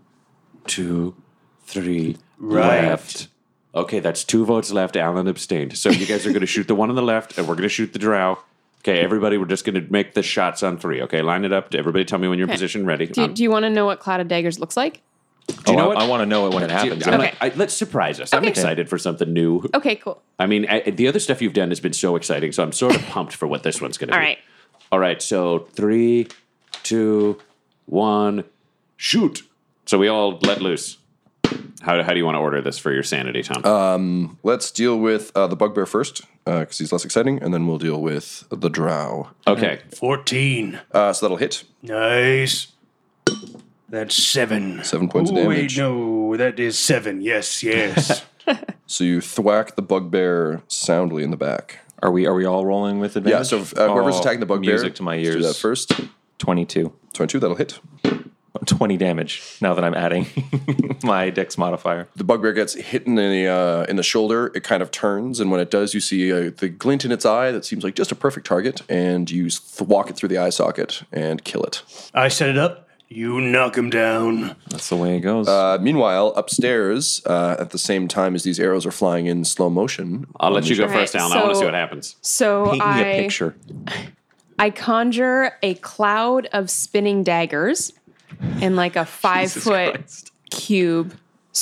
two, three, Right. left. Okay, that's two votes left. Alan abstained. So you guys are going to shoot the one on the left, and we're going to shoot the drow. Okay, everybody, we're just going to make the shots on three. Okay, line it up. Everybody, tell me when you're in Okay. position ready. Do, Um, do you want to know what Cloud of Daggers looks like? Do you Oh, know I- what? I wanna know it when it happens. I'm Okay. like, I- let's surprise us. I'm Okay. excited for something new. Okay, cool. I mean, I, the other stuff you've done has been so exciting, so I'm sort of pumped for what this one's going to All be. right. All right. So three, two, one, shoot. So we all let loose. How, how do you want to order this for your sanity, Tom? Um, let's deal with uh, the bugbear first, because he's less exciting, and then we'll deal with the drow. Okay. 14. Uh, so that'll hit. Nice. That's seven. Seven points of Oh, damage. Wait, no, that is seven. Yes, yes. So you thwack the bugbear soundly in the back. Are we are we all rolling with advantage? Yeah, so uh, whoever's Oh, attacking the bugbear. Music to my let's ears. Do that first. 22. 22, that'll hit. 20 damage now that I'm adding my dex modifier. The bugbear gets hit in the uh, in the shoulder. It kind of turns, and when it does, you see uh, the glint in its eye that seems like just a perfect target, and you thwack it through the eye socket and kill it. I set it up. You knock him down. That's the way it goes. Uh, meanwhile, upstairs, uh, at the same time as these arrows are flying in slow motion, I'll let you go All right, first, Alan. I want to so- see what happens. So I. It's I conjure a cloud of spinning daggers in like a five foot cube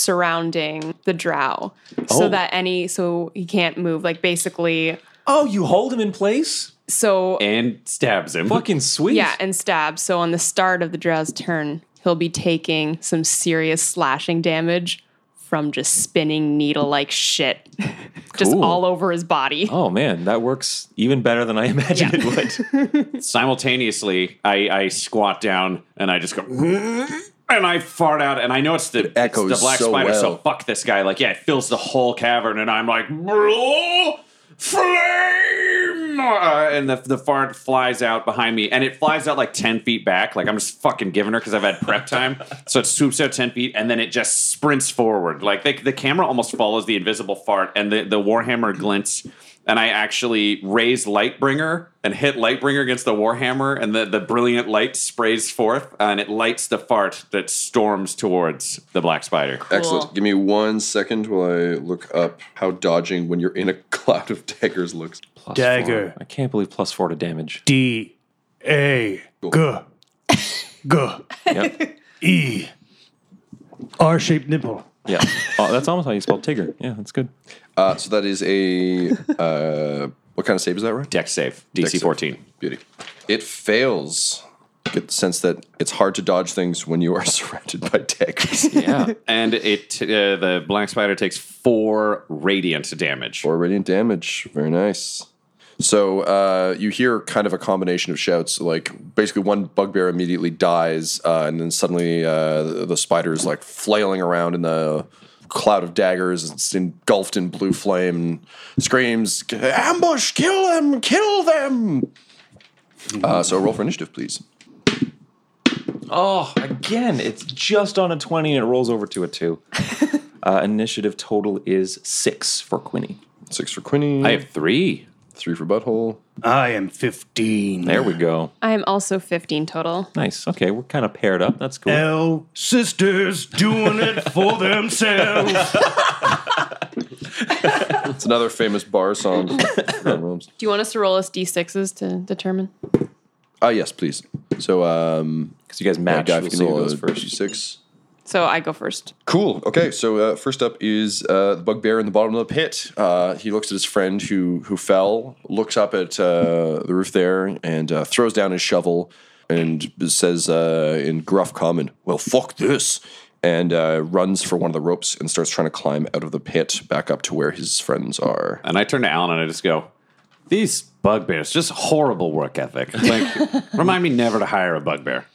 surrounding the drow Oh. so that any, so he can't move. Like basically, Oh, you hold him in place? so And stabs him. Fucking sweet. yeah, and stab. So on the start of the drow's turn, he'll be taking some serious slashing damage from just spinning needle like shit, just Cool. all over his body. Oh man, that works even better than I imagined it would. Simultaneously, I, I squat down and I just go, and I fart out, and I know it's the, it's echoes the black so spider, so well. fuck this guy. Like, yeah, it fills the whole cavern, and I'm like, "Bro, flame! Uh, and the, the fart flies out behind me, and it flies out like 10 feet back. Like, I'm just fucking giving her because I've had prep time. so it swoops out 10 feet, and then it just sprints forward. Like, they, the camera almost follows the invisible fart, and the, the Warhammer glints. And I actually raise Lightbringer and hit Lightbringer against the Warhammer, and the, the brilliant light sprays forth, and it lights the fart that storms towards the Black Spider. Excellent. Give me one second while I look up how dodging when you're in a cloud of daggers looks. Plus Dagger. four. I can't believe plus four to damage. D A G G Yep. E R shaped nipple. Yeah. Oh, that's almost how you spell Tigger. Yeah, that's good. Uh, so that is a uh, what kind of save is that, right? Dex save, Dex DC save. 14. Beauty. It fails. Get the sense that it's hard to dodge things when you are surrounded by daggers. Yeah. and it uh, the Black Spider takes four radiant damage. Four radiant damage. Very nice. So uh, you hear kind of a combination of shouts. Like basically, one bugbear immediately dies, uh, and then suddenly uh, the, the spider is like flailing around in the cloud of daggers. It's engulfed in blue flame. and Screams, ambush! Kill them! Kill them! Uh, so roll for initiative, please. Oh, again, it's just on a 20 and it rolls over to a 2. uh, initiative total is 6 for Quinny. 6 for Quinny. I have 3. 3 for Butthole. I am 15. There we go. I am also 15 total. Nice. Okay, we're kind of paired up. That's cool. L sisters doing it for themselves. It's another famous bar song. from Ron Williams. Do you want us to roll us d6s to determine? Ah, yes, please. So, um, uh, because you guys match, yeah, we'll Gav see can who roll goes a first. d6. So I go first. Cool. Okay, so uh, first up is uh, the bugbear in the bottom of the pit. Uh, he looks at his friend who who fell, looks up at uh, the roof there, and uh, throws down his shovel and says uh, in gruff common, "Well, fuck this." And uh, runs for one of the ropes and starts trying to climb out of the pit back up to where his friends are. And I turn to Alan and I just go, these bugbears, just horrible work ethic. Like, remind me never to hire a bugbear.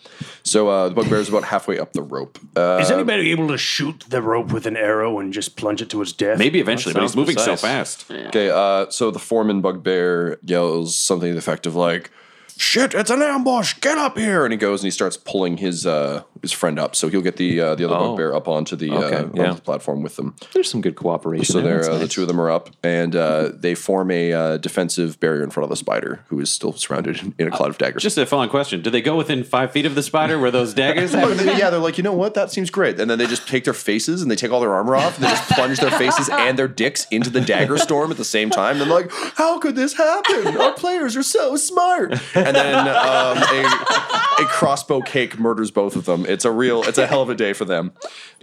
So uh, the bugbear is about halfway up the rope. Uh, Is anybody able to shoot the rope with an arrow and just plunge it to his death? Sounds precise. Okay, uh, so the foreman bugbear yells something to the effect of like, "Shit, it's an ambush! Get up here!" And he goes and he starts pulling his uh, his friend up, so he'll get the uh, the other Oh. bugbear up onto the, Okay, uh, onto yeah. the platform with them. There's some good cooperation. So there. there, That's uh, the nice. two of them are up, and uh, they form a uh, defensive barrier in front of the spider, who is still surrounded in a cloud of daggers. Just a following question. Do they go within five feet of the spider where those daggers happen to be? yeah, they're like, you know what? That seems great. And then they just take their faces and they take all their armor off and they just plunge their faces and their dicks into the dagger storm at the same time. And they're like, how could this happen? Our players are so smart. And then um, a, a crossbow cake murders both of them. It's a real, it's a hell of a day for them.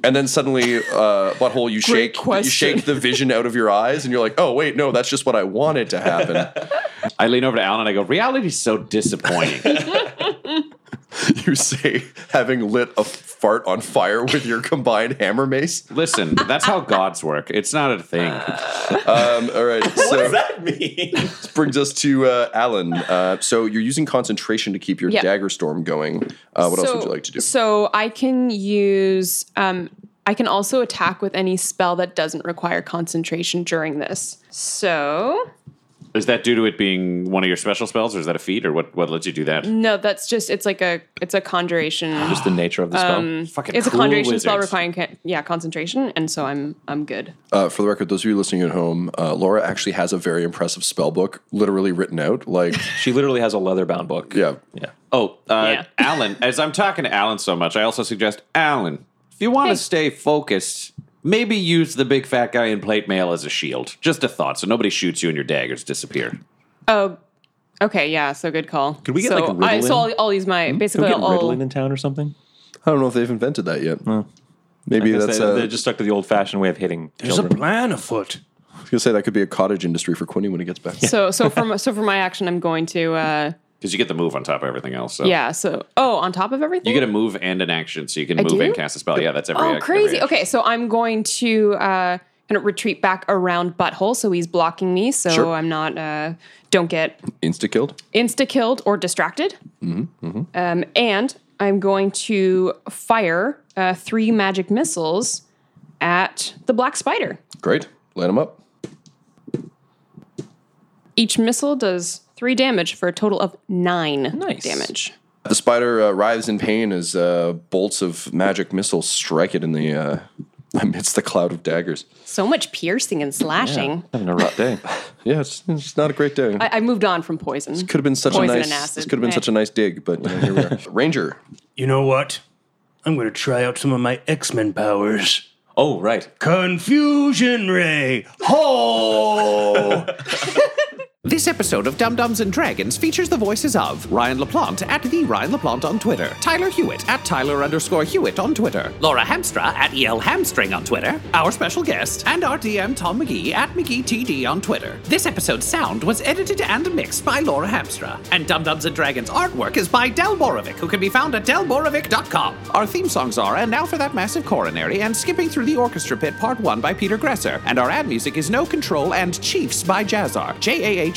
And then suddenly, uh, butthole, you shake, you shake the vision out of your eyes, and you're like, oh wait, no, that's just what I wanted to happen. I lean over to Alan and I go, reality's so disappointing. you say, having lit a fart on fire with your combined hammer mace. Listen, that's how gods work. It's not a thing. Um, all right. So, This brings us to uh, Alan. Uh, so you're using concentration to keep your Yeah. dagger storm going. Uh, what else would you like to do? So I can use. Um, I can also attack with any spell that doesn't require concentration during this. So Is that due to it being one of your special spells, or is that a feat, or what? What lets you do that? no, that's just it's like a it's a conjuration. Just the nature of Um, it's a conjuration spell requiring ca- yeah concentration, and so I'm I'm good. Uh, for the record, those of you listening at home, uh, Laura actually has a very impressive spell book, literally written out. Like she literally has a leather bound book. Yeah, yeah. Oh, uh, Alan. As I'm talking to Alan so much, I also suggest Alan, if you want to stay focused, maybe use the big fat guy in plate mail as a shield. Just a thought, so nobody shoots you and your daggers disappear. Oh, okay, yeah. So good call. Could we get, so like, I, so Ritalin? I'll, I'll use my Can we basically get I'll, Ritalin in town or something? I don't know if they've invented that yet. Maybe I guess that's they, uh, they're just stuck to the old fashioned way of hitting children. plan afoot. I was gonna say that could be a cottage industry for Quinny when he gets back. so so for my, so for my action, I'm going to uh, Because you get the move on top of everything else. So. yeah. So oh, on top of everything, You get a move and an action, so you can I move do? and cast a spell. Yeah, that's every. oh, every crazy. action. Okay, so I'm going to uh, kind of retreat back around butthole, so he's blocking me, so Sure. I'm not uh, don't get Insta killed. insta killed or distracted. Mm-hmm. Mm-hmm. Um, and I'm going to fire uh, three magic missiles at the black spider. Great. Light him up. Each missile does three damage for a total of nine damage. The spider uh, writhes in pain as uh, bolts of magic missiles strike it in the uh, amidst the cloud of daggers. So much piercing and slashing. Having a rough day. yeah, it's, it's not a great day. I, I moved on from poison. This could have been such poison a nice. and acid. This could have been Eh. such a nice dig, but you know, here we are. Ranger. You know what? I'm going to try out some of my X Men powers. Oh, right. Confusion Ray. Oh! This episode of Dum Dums and Dragons features the voices of Ryan LaPlante at the Ryan LaPlante on Twitter, Tyler Hewitt at Tyler underscore Hewitt on Twitter, Laura Hamstra at EL Hamstring on Twitter, our special guest, and our DM Tom McGee at McGeeTD on Twitter. This episode's sound was edited and mixed by Laura Hamstra, and Dum Dums and Dragons artwork is by Del Borovic, who can be found at delborovic.com. Our theme songs are And Now for That Massive Coronary and Skipping Through the Orchestra Pit Part 1 by Peter Gresser, and our ad music is No Control and Chiefs by Jazzar, J A H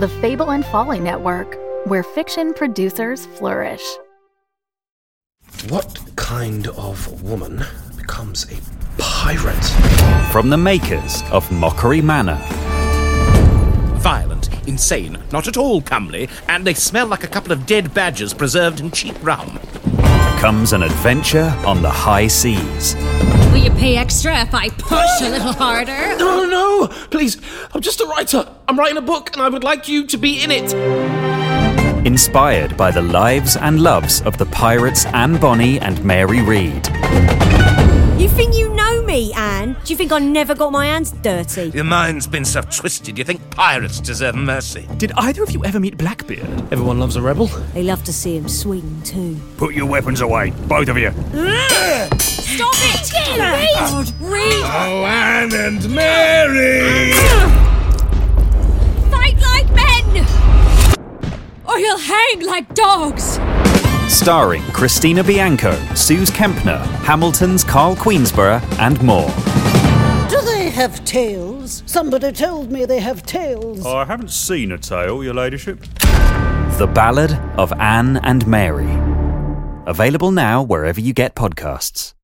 The Fable and Folly Network, where fiction producers flourish. What kind of woman becomes a pirate? From the makers of Mockery Manor. Violent, insane, not at all comely, and they smell like a couple of dead badgers preserved in cheap rum. comes an adventure on the high seas. Will you pay extra if I push a little harder? No, no, please. I'm just a writer. I'm writing a book, and I would like you to be in it. Inspired by the lives and loves of the pirates Anne Bonny and Mary Read. You think you know me, Anne? Do you think I never got my hands dirty? Your mind's been so twisted, you think pirates deserve mercy. Did either of you ever meet Blackbeard? Everyone loves a rebel. They love to see him swing too. Put your weapons away, both of you. Oh, Stop it! Read! Read! Oh, Anne and Mary! Fight like men! Or you'll hang like dogs! Starring Christina Bianco, Suze Kempner, Hamilton's Carl Queensborough, and more. Do they have tails? Somebody told me they have tails. I haven't seen a tail, Your Ladyship. The Ballad of Anne and Mary. Available now wherever you get podcasts.